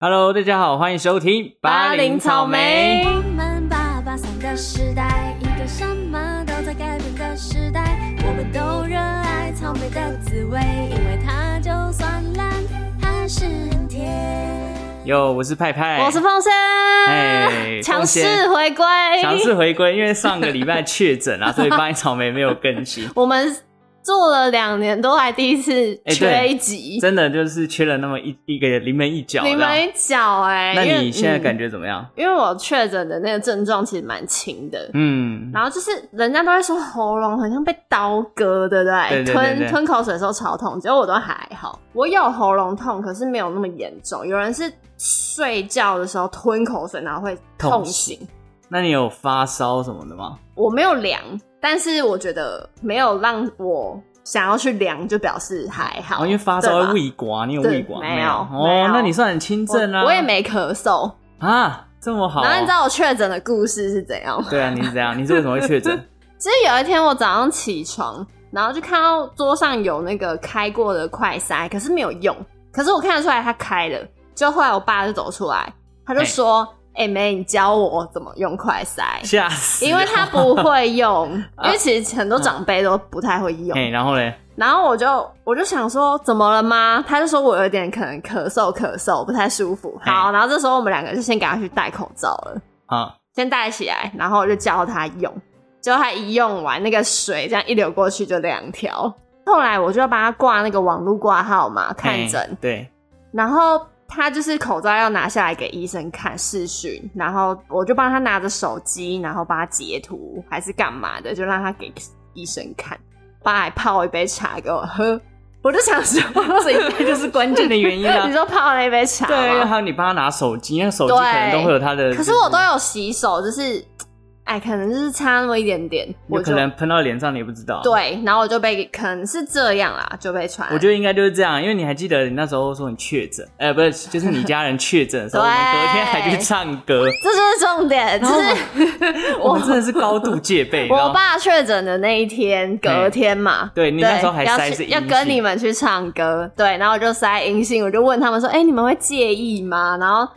Hello，大家好，欢迎收听巴林草莓我们八八三的时代，一个什么都在改变的时代。我们都热爱草莓的滋味，因为它就算烂，还是很甜。哟，我是派派，我是凤哎仙， 强势回归，强势回归，因为上个礼拜确诊 ，啊，所以巴林草莓没有更新我们做了两年多，还第一次哎对缺一集，真的就是缺了那么一一个临门一脚。你这没样脚哎。那因为你现在感、嗯觉怎么样？因为我确诊的那个症状其实蛮轻的。嗯，然后就是人家都会说喉咙很像被刀割，对不对？对对对对吞吞口水的时候超痛，结果我都还好。我有喉咙痛，可是没有那么严重。有人是睡觉的时候吞口水，然后会痛痛醒醒。那你有发烧什么的吗？我没有量，但是我觉得没有让我想要去量，就表示还好。哦，因为发烧会对吧胃刮，你有对胃刮没有？有没哦有，那你算很轻症啊。我，我也没咳嗽。啊，这么好哦。然后你知道我确诊的故事是怎样吗？对啊，你是怎样？你是为什么会确 诊？其实有一天我早上起床，然后就看到桌上有那个开过的快塞，可是没有用。可是我看得出来它开了，就后来我爸就走出来，他就说：“哎、妹，你教我怎么用快塞。”吓死！因为他不会用，啊因为其实很多长辈都不太会用。哎，然后嘞，然后我就我就想说怎么了吗？他就说我有点可能咳嗽咳嗽不太舒服。嘿好，然后这时候我们两个就先给他去戴口罩了，啊，先戴起来，然后我就教他用。结果他一用完，那个水这样一流过去就两条。后来我就帮他挂那个网络挂号嘛，看嘿诊，对，然后他就是口罩要拿下来给医生看视讯，然后我就帮他拿着手机，然后帮他截图还是干嘛的，就让他给医生看。爸还泡一杯茶给我喝，我就想说，这应 该就是关键的原因 啦你。说泡了一杯茶对，吗？还有你帮他拿手机，那手机可能都会有他的。可是我都有洗手，就是，哎，可能就是差那么一点点，有我可就能喷到脸上，你也不知道。，对，然后我就被可能是这样啦，就被传染。我觉得应该就是这样，因为你还记得你那时候说你确诊，哎、不是，就是你家人确诊的时候，我 对们隔天还去唱 歌，这就是重点，就后是我们真的是高度戒备，你知我道吗？爸确诊的那一天，隔天嘛，对你那时候还要塞去是阴要跟性你们去唱歌，对，然后我就塞阴性，我就问他们说，哎、你们会介意吗？然后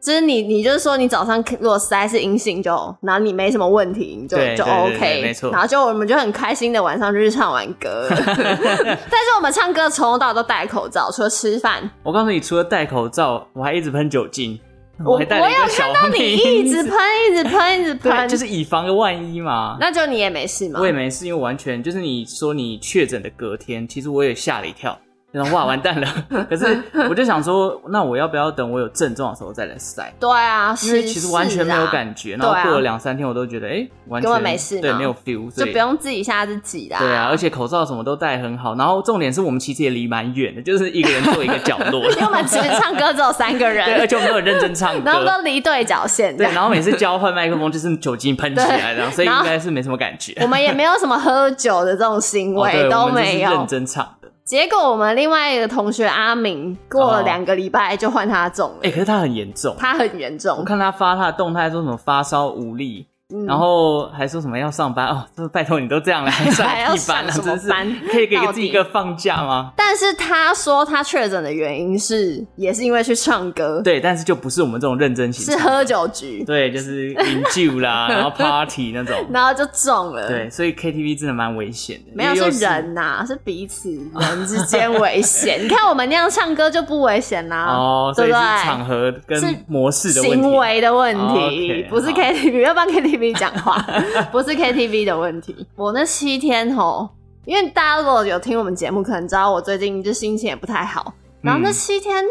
就是你，你就是说你早上如果塞是阴性就，然后你没什么问题，你就对就对对 OK，对没错然后就我们就很开心的晚上就去唱完 歌了，但是我们唱歌从头到尾都戴口罩，除了吃饭，我告诉你，除了戴口罩，我还一直喷酒精，我还我带了一有个看小到你一直瓶喷子，，一直喷，一直对，喷，就是以防个万一嘛。那就你也没事嘛，我也没事，因为完全就是你说你确诊的隔天，其实我也吓了一跳，然 后哇完蛋了。可是我就想说，那我要不要等我有症状的时候再来塞？对啊，因为是其实完全没有。是啊感觉，然对啊后过了两三天，我都觉得哎、诶完全根本啊没事嘛对，没有 feel，所就以不用自己吓自己啦。对啊，而且口罩什么都戴很好，然后重点是我们其实也离蛮远的，就是一个人坐一个角 落，因为我们只唱歌只有三个对，而人，且我们都很认真唱然后歌，都离对角线这对，样。然后每次交换麦克风就是酒精喷起来这样，对所以然应后该是没什么感 觉。我们也没有什么喝酒的这种行哦对为，我都们就是没有认。真唱的。结果我们另外一个同学阿明，过哦了两个礼拜就换他中哎、了，可是他很严重，他很严我重。看他发他的动态说什么发烧无力，嗯然后还说什么要上班哦，这拜托你都这 样了，还上还要屁班啊，上什么真是班可以给到底自己一个放假吗？但是他说他确诊的原因是，也是因为去唱歌，对，但是就不是我们这种认真型，是喝酒局，对，就是饮酒 啦，然后 party 那种，然后就中了。对，所以 KTV 真的蛮危险的，没有因为又是人呐、是彼此人之间危险。你看我们那样唱歌就不危险啦、哦，所啊对以不是对？场合跟是模式的问题行。为的问哦题，OK，不是好 KTV，要帮 KTV 讲话， 不是 KTV 的问题。我那七天吼，因为大家如果有听我们节目，可能知道我最近就心情也不太好，然后那嗯七天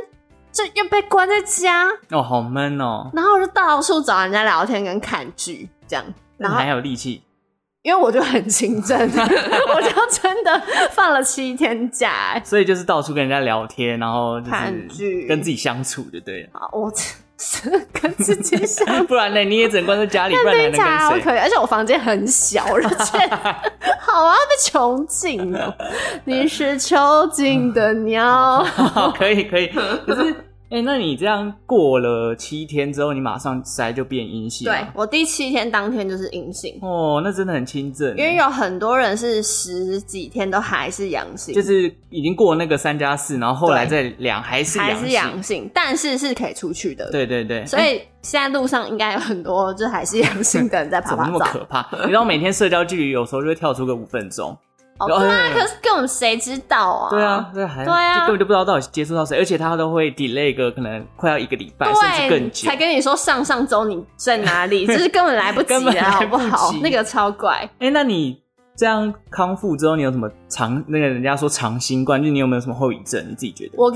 就又被关在家，哦，好闷哦，然后我就到处找人家聊天跟看剧这样，那然你后还有力气因为我就很勤政， 我就真的放了七天假、欸，所以就是到处跟人家聊天，然后就看是剧跟自己相处就对了。 啊我是跟自己想。不然呢，你也只能关在家里，不然你还听起来能好跟谁？可怜，而且我房间很小，而且 好啊，被囚 禁哦。你是囚禁的鸟， 好，可以可以。可是哎、那你这样过了七天之后，你马上筛就变阴性对了。我第七天当天就是阴性，哦，那真的很轻症，因为有很多人是十几天都还是阳性，就是已经过那个三加四，然后后来再量还是还阳是性。阳性，但是是可以出去的。，对对对，所以现在路上应该有很多就还是阳性的人在爬 哎怎么那爬么照。可怕？你知道每天社交距离有时候就会跳出个五分 钟。哦，对啊，哎可是根本谁知道啊？对啊，，这还对啊就根本就不知道到底接触到谁，而且他都会 delay 个可能快要一个礼拜，甚至对，更久才。跟你说上上周你在哪里， 就是根本来不及根本了，好来不及好？那个超怪，哎、那你这样康复之后，你有什么长那个人家说长新冠，就是你有没有什么后遗症？你自己觉得？ 我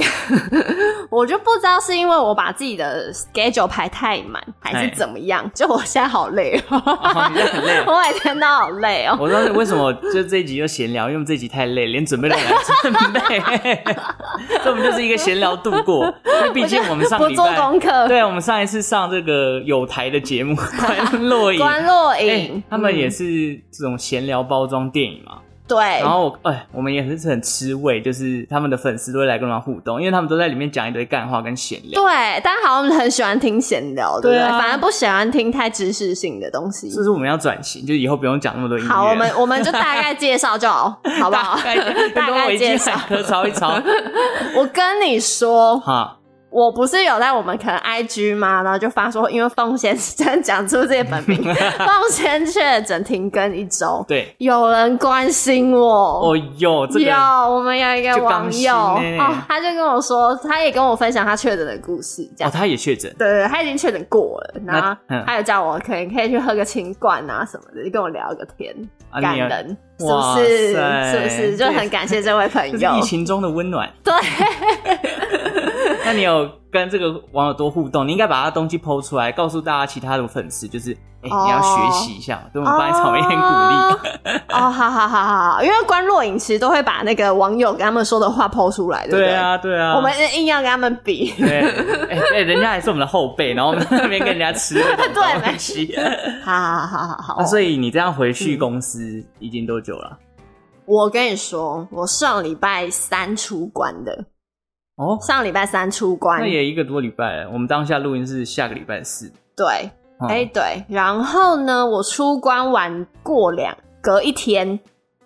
我就不知道是因为我把自己的 schedule 排太满，还哎是怎么样？就我现在好累哦哦，你真的很累。我每天都好累哦。我知道为什么就这一集就闲聊，因为我们这一集太累，连准备都没准备， 所以我们就是一个闲聊度过。因为毕竟我们上不礼做拜，功 课，对，我们上一次上这个有台的节目《关洛影》， 关洛哎影，他们也嗯是这种闲聊包装电影嘛。对然，后哎，我们也是很吃味，就是他们的粉丝都会来跟我们互动，因为他们都在里面讲一堆干话跟闲聊。对，但好像很喜欢听闲聊，对不对对？啊反而不喜欢听太知识性的东西是。不是我们要转型，就是以后不用讲那么多音乐了？好，我们我们就大概介绍就好，好不 好大？概跟大概维介基绍 百科抄一抄。我跟你说，哈，我不是有在我们可能 IG 吗？然后就发说，因为凤仙真的讲出这些 本名，凤仙确诊停更一周，对，有人关心哦我。哟，这有，个我们有一个就网刚友新欸哦，他就跟我说，他也跟我分享他确诊的故事，这样哦，。他也确诊。对对，对他已经确诊过了，那然后嗯他有叫我可以可以去喝个清罐啊什么的，就跟我聊个天，啊感你也人，是哇不是？塞是不是？就这也很感谢这位朋这友是疫。情中的温暖。 对， 那你有跟这个网友多互动？你应该把他东西剖出来，告诉大家其他的粉丝，就是哎、哦你要学习一下，对我们帮你草莓很鼓励。励。哦，好好好好好，因为关若影其实都会把那个网友跟他们说的话剖出来，对 不对啊，对啊，我们硬要跟他们比， 对，哎、哎人家还是我们的后辈，然后我们在那边跟人家吃 对东西。好好好好好。啊，以所以你这样回去公司已经多久了？我跟你说，我上礼拜三出关的，哦，上礼拜三出关那，也一个多礼拜了。我们当下录音是下个礼拜四。对，嗯哎、对，然后呢，我出关完过两隔一天，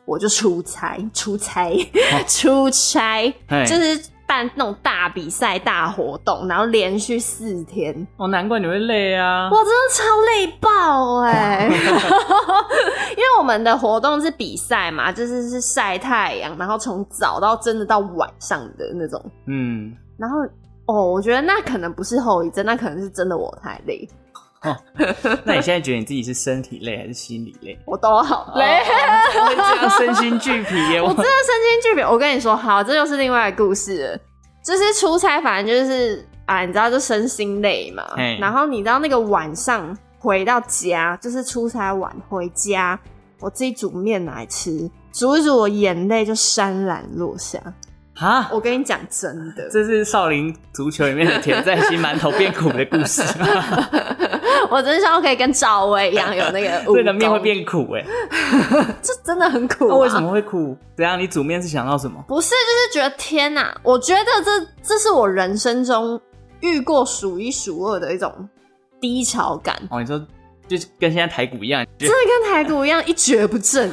我就出差，出差，哦 出差，哎就是办那种大比赛、大活动，然后连续四天，哦，难怪你会累啊哇，！真的超累爆哎、 因为我们的活动是比赛嘛，就是是晒太阳，然后从早到真的到晚上的那种，嗯，然后哦，我觉得那可能不是后遗症，那可能是真的我太累，那你现在觉得你自己是身体累还是心理 累？我都好累。哦怎么会这样身心俱疲耶！我我真的身经巨变。我跟你说，好，这就是另外一个故事了。就是出差，反正就是啊，你知道，就身心累嘛嘿。然后你知道那个晚上回到家，就是出差晚回家，我自己煮面来吃，煮一煮，我眼泪就潸然落下。哈，我跟你讲，真的，啊这是少林足球里面的甜在心馒头变苦的故 事，我真希望可以跟赵薇一样有那个 武这个面会功，变苦哎。这真的很苦、那啊。为什么会苦？怎样？你煮面是想到什么？不是，就是觉得天哪、我觉得这这是我人生中遇过数一数二的一种低潮感，哦，你说就是跟现在台股一样，真的跟台股一样一蹶 不振。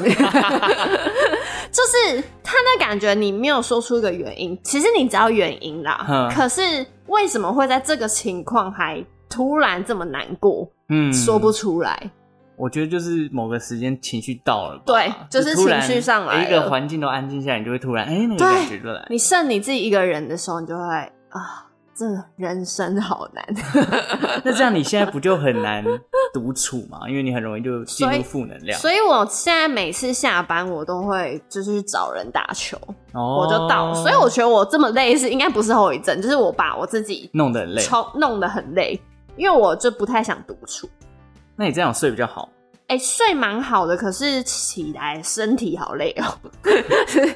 就是他那感觉，你没有说出一个原因，其实你知道原因啦嗯，可是为什么会在这个情况还突然这么难过，嗯，说不出来。我觉得就是某个时间情绪到了吧，对就是突然情绪上来了一个环境都安静下来，你就会突然哎、那个对感觉就来。你剩你自己一个人的时候，你就会啊，这人生好难。 那这样你现在不就很难独处嘛？因为你很容易就进所以入负能量， 所以我现在每次下班，我都会就是去找人打球，哦我就到。所以我觉得我这么累是应该不是后遗症，就是我把我自己弄得很嗯累。超弄得很累，因为我就不太想独处。那你这样睡比较好，哎、睡蛮好的，可是起来身体好累 哦、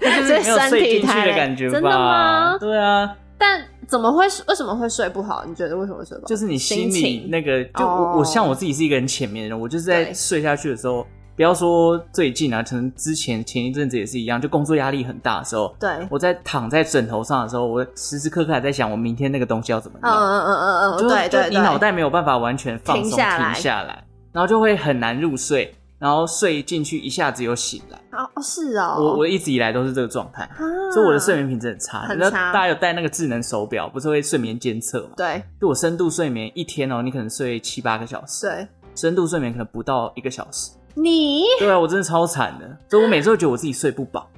那 就是所以没有身睡体进去太的累感觉吧？真的吗？对啊，但怎么会为什么会睡不好？你觉得为什么会睡不好？就是你心心里情那个，就我、哦我像我自己是一个很浅面的人，我就是在对睡下去的时候，不要说最近啊，可能之前前一阵子也是一样，就工作压力很大的时候，对，嗯我在躺在枕头上的时候，我时时刻刻还在想我明天那个东西要怎么弄。嗯嗯嗯嗯，就对就对你对，脑袋没有办法完全放松停下来来然后就会很难入睡，然后睡进去一下子又醒来。哦哦是哦，我我一直以来都是这个状态，啊所以我的睡眠品质很差。很那差大家有戴那个智能手表，不是会睡眠监测嘛？对就我深度睡眠一天哦，你可能睡七八个小时，对，深度睡眠可能不到一个小时。你对啊，我真的超惨的，所以我每次都觉得我自己睡不饱。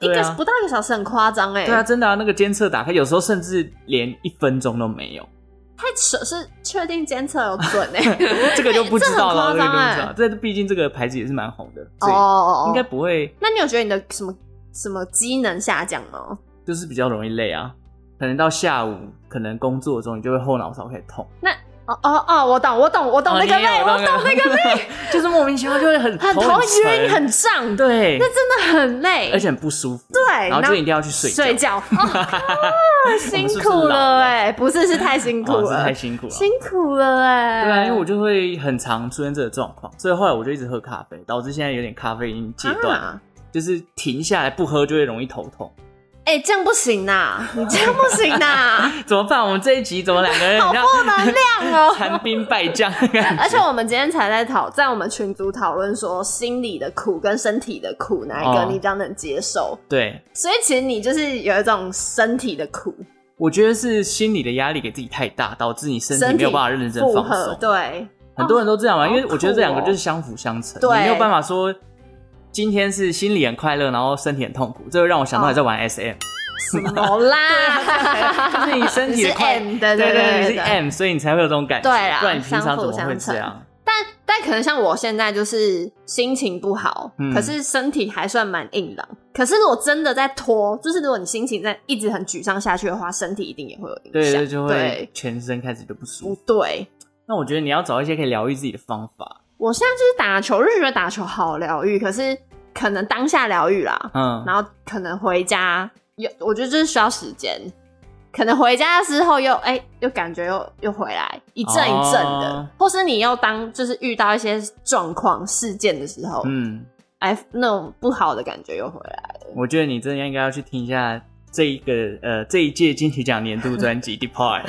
一对个啊不到一个小时很夸张哎，对啊，真的啊，那个监测打开，有时候甚至连一分钟都没 有，太扯，是确定监测有准 哎，这个就不知道了，这个就这很夸张不知哎道。，这毕竟这个牌子也是蛮红的，哦所以哦哦，应该不会，那你有觉得你的什么什么机能下降吗？就是比较容易累啊。可能到下午，可能工作的时候你就会后脑勺开始痛，哦哦哦，我懂，我懂，我懂哦那个你也累，有我懂那个累，累， 就是莫名其妙就会很很头头沉晕，很胀，对，那真的很累，而且很不舒服，对，然后就一定要去睡 睡觉，觉， 哦辛苦了哎，不是是太辛苦哦，是了太，辛苦了。辛苦了哎，对啊，因为我就会很常出现这个状况，所以后来我就一直喝咖啡，导致现在有点咖啡因戒断，啊就是停下来不喝就会容易头痛。哎，这样不行呐， 你这样不行 呐，怎么办？我们这一集怎么两个人好你像负能量哦残兵败将的感觉？ 而且我们今天才在讨，在我们群组讨论说心理的苦跟身体的苦哪一个哦你比较能接受，对，所以其实你就是有一种身体的苦，我觉得是心理的压力给自己太大，导致你身体身体没有办法认真负放荷松。对，很多人都这样嘛，哦因为我觉得这两个好酷哦就是相辅相成，对你没有办法说今天是心里很快乐，然后身体很痛苦。这会让我想到哦你在玩 SM，、什么 啦？就是你身体的快，啊你是 M 的对对对对，对你是 M，所以你才会有这种感觉。对啦不然你平常相辅怎么会这相样？但但可能像我现在就是心情不好，嗯可是身体还算蛮硬朗。可是如果真的在拖，就是如果你心情在一直很沮丧下去的话，身体一定也会有影响。对对，就会对全身开始就不舒不服。对？那我觉得你要找一些可以疗愈自己的方法，我现在就是打球，就觉得打球好疗愈，可是可能当下疗愈啦，嗯，然后可能回家有，我觉得就是需要时间。可能回家之后又哎、又感觉又又回来一阵一阵的，哦或是你又当就是遇到一些状况事件的时候，嗯，哎、那种不好的感觉又回来。我觉得你真的应该要去听一下这一个呃这一届金曲奖年度专辑《Depart》。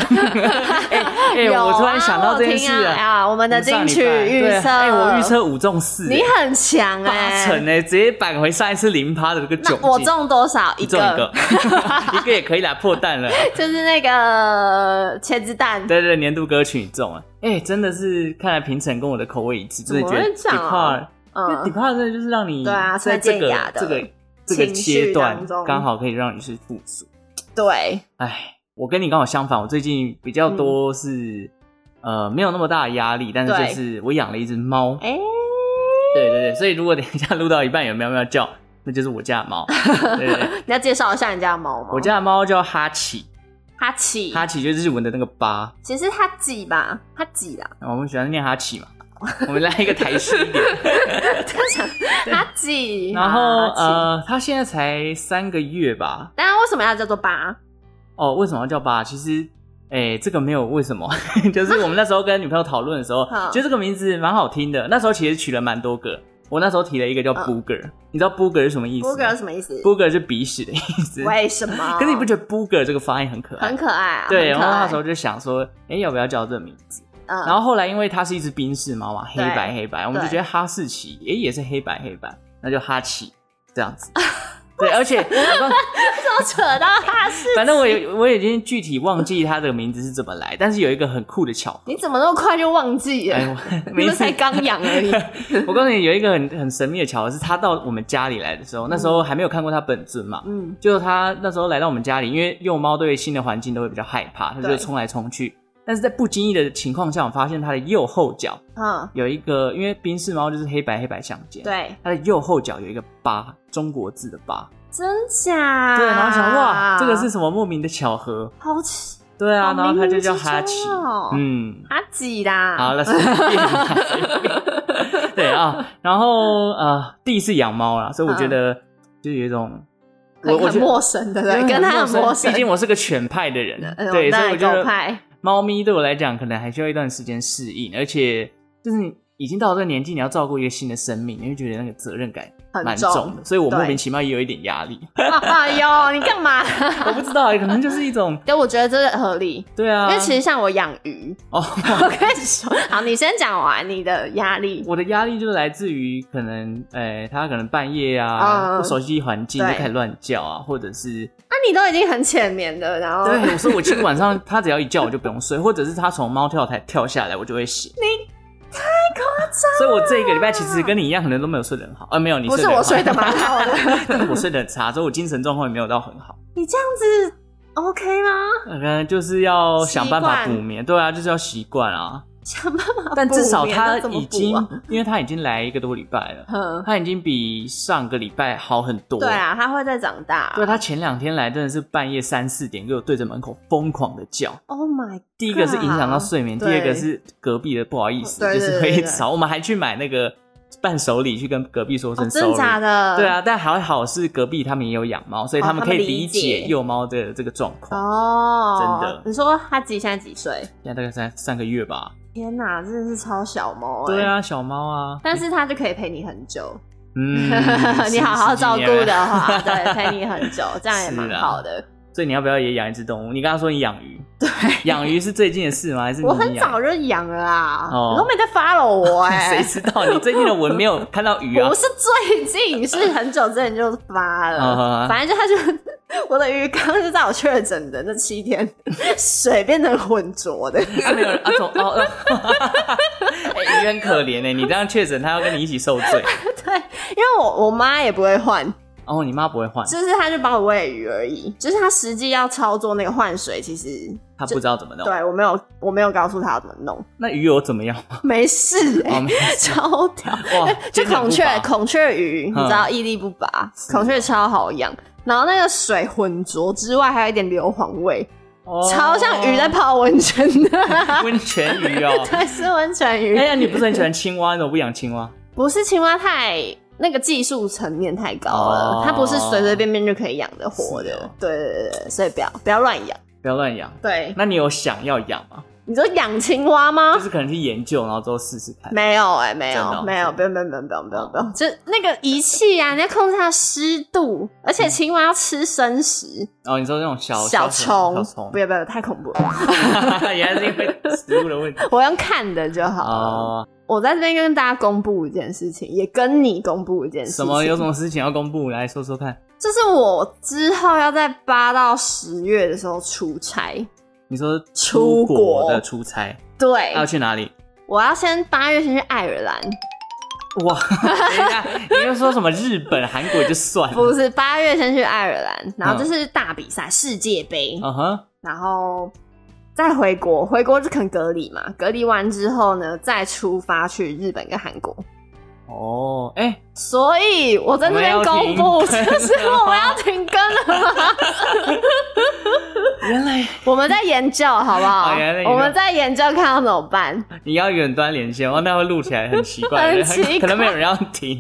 哎哎，有我啊突然想到这件事我听啊！了。啊我们的上金礼曲拜预对测，哎，我预测五中四，你哎很强八哎、成哎，直接扳回上一次零趴的这个窘那境。我中多少你一中一个个？， 一个也可以啦，破蛋了。 就是那个茄子蛋，对对，年度歌曲你中了，哎，真的是看来评审跟我的口味一致，真的觉得怎么会这样啊 Depart，因为嗯， Depart 真的就是让你对啊在这蔡健个雅的这个这个情绪阶段当中刚好可以让你去复苏。对，哎，我跟你刚好相反，我最近比嗯较多是、呃没有那么大的压力，但是对就是我养了一只猫，哎、对对对，所以如果等一下录到一半有喵喵叫，那就是我家的猫。对对对你要介绍一下你家的猫吗？我家的猫叫哈奇，哈奇，哈奇就是日文的那个巴，其实哈吉吧，哈吉啦，我们喜欢念哈奇嘛。我们来一个台式一 点，哈吉。然后哈吉，呃，它现在才三个月吧？那为什么要叫做八？哦，为什么要叫巴？其实，哎、这个没有为什么， 就是我们那时候跟女朋友讨论的时候， 好觉得这个名字蛮好听的。那时候其实取了蛮多个，我那时候提了一个叫嗯 Booger，、你知道 Booger 是什么意思吗 Booger 是什么意思？ Booger 是鼻屎的意思。为什么？可是你不觉得 Booger 这个发音很可爱？很可爱啊？对，然很可后爱那时候就想说，哎、要不要叫这个名字？嗯，然后后来因为它是一只宾士猫嘛，黑对白黑白，我们就对觉得哈士奇，哎、也是黑白黑白，那就哈奇这样 子。对，而且我刚都扯到哈士，反正我也我已经具体忘记它这个名字是怎么来，但是有一个很酷的巧合。你怎么那么快就忘记哎， 了？我你没们事才。刚养而已。 我告诉你，有一个很很神秘的巧合，是它到我们家里来的时候，那时候还没有看过它本尊嘛。 嗯，就它那时候来到我们家里，因为幼猫对新的环境都会比较害怕，它就对会冲来冲去。但是在不经意的情况下，我发现它的右后脚嗯，有一个，因为宾士猫就是黑白黑白相间，，对，它的右后脚有一个疤，中国字的疤。真假？对，然后想哇，这个是什么莫名的巧合？好奇对啊，好然后他就叫哈冥冥奇之中哦，嗯，哈吉啦。好了，随便啦，随便对啊，然后呃，第一次养猫啦，所以我觉得就是有一种，很，我我嗯很觉陌得生，对不对对？跟他很陌生毕。竟我是个犬派的 人，嗯对，我所以们我那觉狗得派猫咪对我来讲可能还需要一段时间适应，而且就是已经到了这个年纪，你要照顾一个新的生命，你会觉得那个责任感很蛮重的，所以我莫对名其妙也有一点压力。 哎呦，你干嘛？我不知道，可能就是一种对，我觉得这合理，对啊，因为其实像我养鱼，哦， 我跟你说，好，你先讲完你的压力。 我的压力就是来自于可能，呃，他可能半夜啊、嗯不熟悉环境就对开始乱叫啊，或者是那、你都已经很浅眠了，然后对，所以我其实晚上他只要一叫我就不用睡，或者是他从猫跳台跳下来我就会醒。你太夸张！所以我这一个礼拜其实跟你一样，可能都没有睡得很好。呃，没有，你不是得很我好睡得蛮 好的，但是我睡得很差，所以我精神状况也没有到很好。你这样子 OK 吗？呃可能就是要想办法习补惯眠，对啊，就是要习惯啊。想办法补眠，但至少他那怎么补已啊经，因为他已经来一个多礼拜了，嗯，他已经比上个礼拜好很多。对啊，他会再长大。对他前两天来真的是半夜三四点给我对着门口疯狂的叫。 ，Oh my，第一个是影响到睡眠，第对二个是隔壁的不好意思，对对就是对 会对对吵。我们还去买那个伴手礼去跟隔壁说哦声真的 sorry。假的？对，啊，但还好是隔壁他们也有养猫，所以哦他们可他们以理理解解幼猫的这个状况。哦，真的你说他自己现在几岁？现在大概三三个月吧。天哪，真的是超小猫、欸。对，啊，小猫 啊，但是他就可以陪你很久。，嗯 你好好十照几顾年了的话，啊对，陪你很久，这样也蛮是啊好的。所以你要不要也养一只动物？你刚刚说你养鱼，对，养鱼是最近的事吗？还是我你很养早就养了啊，哦你都没在 follow 我哎、 谁知道你最近的文没有看到 鱼啊不？是最近，是很久之前就发嗯嗯了。嗯反正就他就我的鱼缸就在我确诊的那 七天，水变成浑浊的。啊 没有人啊，总哦，呃 哎、鱼很可怜哎、你这样确诊，他要跟你一起受 罪。对，因为我我妈也不会换，然、后你妈不会换，就是她就帮我喂鱼而已。就是她实际要操作那个换水，其实她不知道怎么弄。对我没有我没有告诉她要怎么弄，那鱼有怎么样吗？没事、欸，哦，没有超屌。哇， 就坚强不哎孔雀拔孔雀鱼，你嗯知道屹立不拔，是孔雀超好养。然后那个水浑浊之外，还有一点硫磺味，超像鱼在泡温泉 的。哦温泉鱼 哦。对，是温泉鱼，哎呀，你不是很喜欢青蛙，你怎么不养青蛙？不是青蛙太那个技术层面太高了，哦它不是随随便便就可以养得活是的哦。对对对对，所以不要不要乱养。不要乱养。对，那你有想要养吗？你说养青蛙吗就？是可能去研究，然后之后试试看。没有哎、没真的有哦没有，真的不用不用不用不用不用不用，就那个仪器啊，你要控制它的湿度，而嗯且青蛙要吃生食，哦，你说那种小小虫，虫小，虫不，要不要，太恐怖 了。原来是因为食物的问题。我用看的就好了。哦，我在这边跟大家公布一件事情，也跟你公布一件事情。什么？有什？么事情要公布？来说说看。就是我之后要在八到十月的时候出差。你说出出国哎国的出差，对，要去哪里？我要先八月先去爱尔兰，哇，等一下，你又说什么日本、韩国就算不了，是八月先去爱尔兰，然后这是大比赛，世界杯，嗯哼，然后再回国，回国就肯隔离嘛，隔离完之后呢，再出发去日本跟韩国。哦，哎、所以我在这边公我布，们要停就更是我们要停更了吗？原来我们在研究好不好好原来在研？究我们在研究看要怎么办。你要远端连线，哦，那会录起来很奇怪，很奇怪可能没有人要听，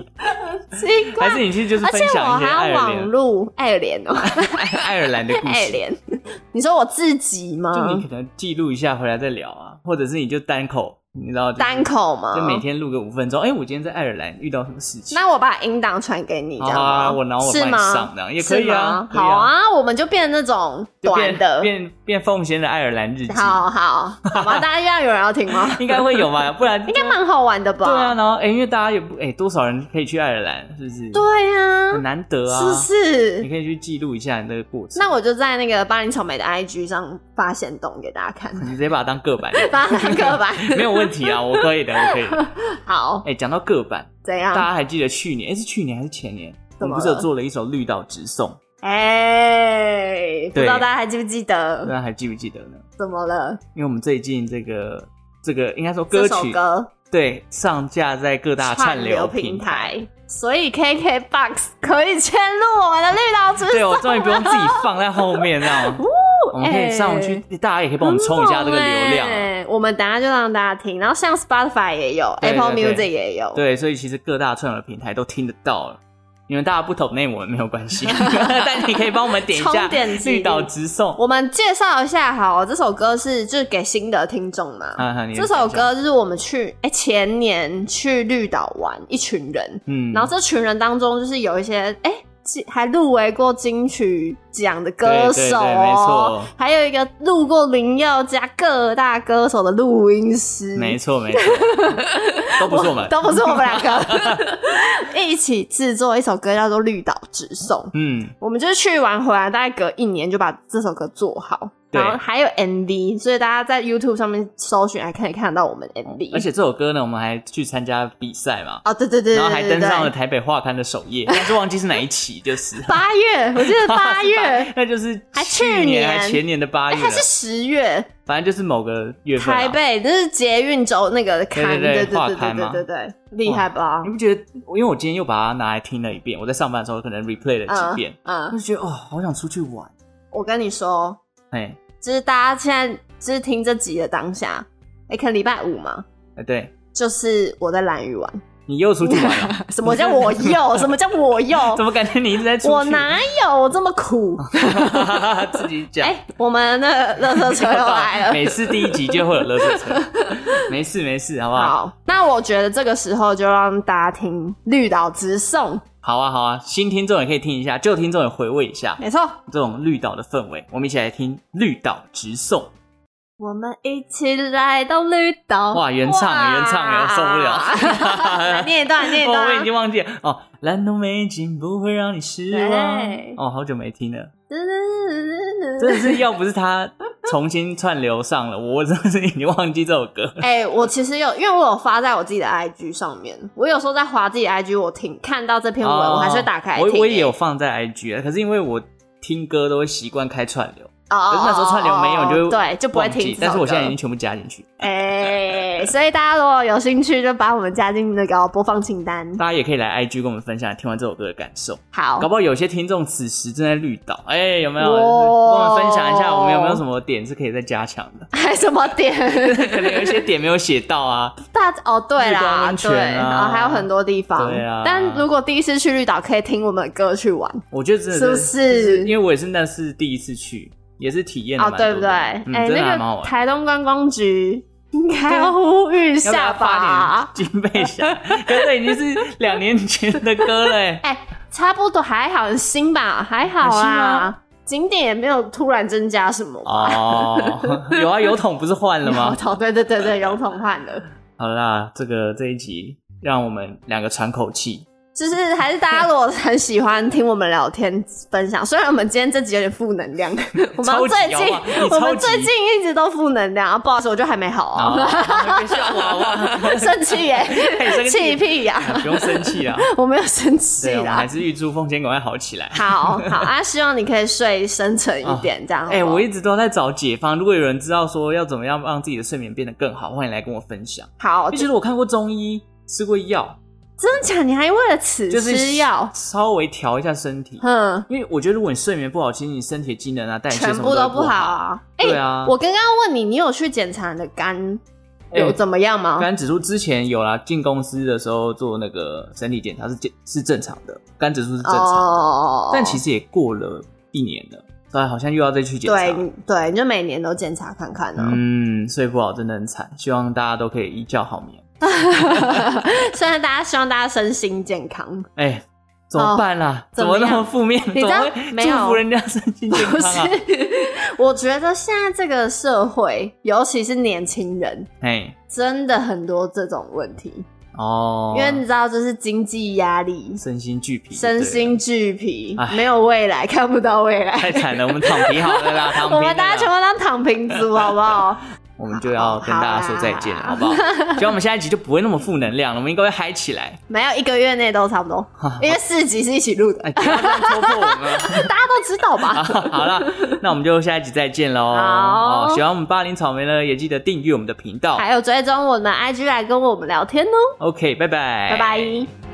奇怪还，是你去就是 而且分我享一些还爱要尔网兰、路爱尔兰哦，爱尔兰的故爱尔事，兰。你说我自己就吗你？可能记录一下回来再聊啊，或者是你就单口，你知道、就是单。口吗？就每。天录个五分钟，哎、我今天在爱尔兰遇到什么事情？那我把音档传给你，这好样啊吗？我然后我是帮你吗上这样也可以啊是吗好啊，我们就变那种就变短的。变变奉先的爱尔兰日记，好好好吧，大家这样有人要听吗？ 应该会有嘛，不然应该蛮好玩的吧？对啊，，然后哎、因为大家也不哎、多少人可以去爱尔兰，是不是？、对啊很，难得啊，是不是你？可以去记录一下你这个过程。那我就在那个巴黎草莓的 IG 上发现洞给大家 看，你直接把它当个 板，发那个吧。 没有问题啊，我可以的， 我可以的。好哎、，讲到个板，怎大样？家还记得去年？哎、是去年还是前年？我怎么们了不是有做了一首《绿岛直送》，哎，不知道对大家还记不记大得？家还记不记得呢？怎么了？因为我们最近这个这个应该说这歌首曲歌对上架在各大串串流平平，台，所以 KKBOX 可以嵌入我们的绿岛之对我终于不用自己放在后面那 种。我们可以上去，哎大家也可以帮我们冲一下这个流量啊、很猛欸我们等下就让大家听，然后像 Spotify 也有对对，Apple 对 Music 也有，对，所有的平台都听得到了。你们大家不懂内文没有关 系，但你可以帮我们点一下充电记录绿岛直送。我们介绍一下好，这首歌是就是给新的听众嘛。啊啊你这首歌就是我们去哎、前年去绿岛玩，一群人，嗯然后这群人当中就是有一些哎。记还入围过金曲奖的歌手对对对没哦错，还有一个录过林宥嘉各大歌手的录音师，没错 没错，都不是我们。都不是我们两 个 一起制作一首歌，叫做《绿岛直送》。嗯，我们就是去完回来，大概隔一年就把这首歌做好，对然后还有 MV，所以大家在 YouTube 上面搜寻还可以看得到我们 MV。而且这首歌呢，我们还去参加比赛嘛，哦，对对对对然后还对登对上了对，台北画刊的首页，但是忘记是哪一期，就是八月，我记 得八月，哎，那就是还去去年哎还前年的八月了还，是十月，反正就是某个月份啊。台北就是捷运轴那个刊，对对对对对画对对刊对嘛对对，厉害吧你？不觉得？因为我今天又把它拿来听了一遍，我在上班的时候可能 replay 了几遍，我嗯，就觉得哦，好想出去玩。我跟你说，哎，就是大家现在就是听这集的当下，哎，可能礼拜五嘛，哎，对就是我在蓝屿玩。你又出去玩 了，什么叫我又？什么叫我又？ 怎么感觉你一直在出去？我哪有这么苦？ 自己讲。 哎、我们那乐色车又 来了。每次第一集就会有垃圾 车，没事没事，好不好？好，那我觉得这个时候就让大家听《绿岛直送》，好啊好啊，新听众也可以听一下，旧听众也回味一下没错。这种绿岛的氛围。我们一起来听《绿岛直送》。我们一起来到绿岛。哇原唱哇原唱哎我受不了 来念一段，念一哦，我已 段。经忘记了哦，蓝浓美景不会让你失望对。哦，好久没听了。真的是要不是他重新串流上了，我真的是已经忘记这首歌。哎、我其实有，因为我有发在我自己的 IG 上面。我有时候在划自己的 IG，我听看到这篇文，哦我还是会打开来我听、我也有放在 IG，啊可是因为我听歌都会习惯开串流，哎，哦可是那时候串流没有，哦你就会对，就不会忘记听。但是我现在已经全部加进去，哎、所以大家如果有兴趣，就把我们加进那个播放清单。大家也可以来 IG 跟我们分享听完这首歌的感受。好搞，不好有些听众此时正在绿岛，哎、有没有？就哇是跟我们分享一下，我们有没有什么点是可以再加强的？还什么点？可 能有一些点没有写到啊。大哦，对日光啦，温泉对，啊然后还有很多地方。对啊但如果第一次去绿岛，可以听我们的歌去玩。我觉得真的是不是就是因为我也是那是第一次去，也是体验了哦，蛮多对的不对？哎、嗯，真的还那蛮好个玩。啊台东观光局应该要呼吁要一不下要发吧？。点金贝侠？可是这已经是两年前的歌了欸哎、差不多还好，很新吧，还好啊很新啦吗。景点也没有突然增加什么吧。 哦，有啊，油桶不是换了 油吗？桶，对对对对，油桶换了。 好啦，这个这一集让我们两个喘口 气。就是还是大家如果很喜欢听我们聊天分享，虽然我们今天这集有点负能量， 我们超级最好近不好你超级我们最近一直都负能量，啊不好意思，我就还没好啊啊，， 别笑我好不好生 气耶，生气 气屁呀、不用生气啊，我没有生气对，我们还啦。是预祝风间赶快好起来。好好啊，希望你可以睡深沉一点，这样好不好。哎、我一直都在找解方。如果有人知道说要怎么样让自己的睡眠变得更好，欢迎来跟我分享。好，就觉真得我看过中医，吃过药，的假？你还为了此就是啊吃药？稍微调一下身体。哼，因为我觉得如果你睡眠不好，其实你身体的机能啊、代谢全什么部都都会不不好。啊！哎、对啊我刚刚问你，你有去检查你的肝哎有怎么样吗？肝指数之前有啦，进公司的时候做那个身体检查是健是正常的，肝指数是正常的，哦但其实也过了一年了，所以好像又要再去检对查。你对，你就每年都检查看啊看呢、嗯，睡不好真的很惨，希望大家都可以一觉好眠。虽然大家希望大家身心健康，哎、怎么办啦、哦怎怎么么样那么负面？怎你知么道会没有祝福人家身心 健不康啊？是？我觉得现在这个社会，尤其是年轻人，哎，真的很多这种问题，哦，因为你知道，就是经济压力、身心俱疲，身对心俱疲，哎没有未来，看不到未来。太惨了，我们躺平好了 啦，躺平我了啦。们大家全部当躺平族，好不好？ 我们就要跟大家说再见了，好好不好？希望我们下一集就不会那么负能量了，我们应该会嗨起来。没有一个月内都差不多，因为四集是一起录的，哎，不要这样戳破我们。啊大家都知道吧？ 好了，那我们就下一集再见喽。好哦喜欢我们巴林草莓呢，也记得订阅我们的频道。还有追踪我们的 IG 来跟我们聊天哦， OK，拜拜，拜拜。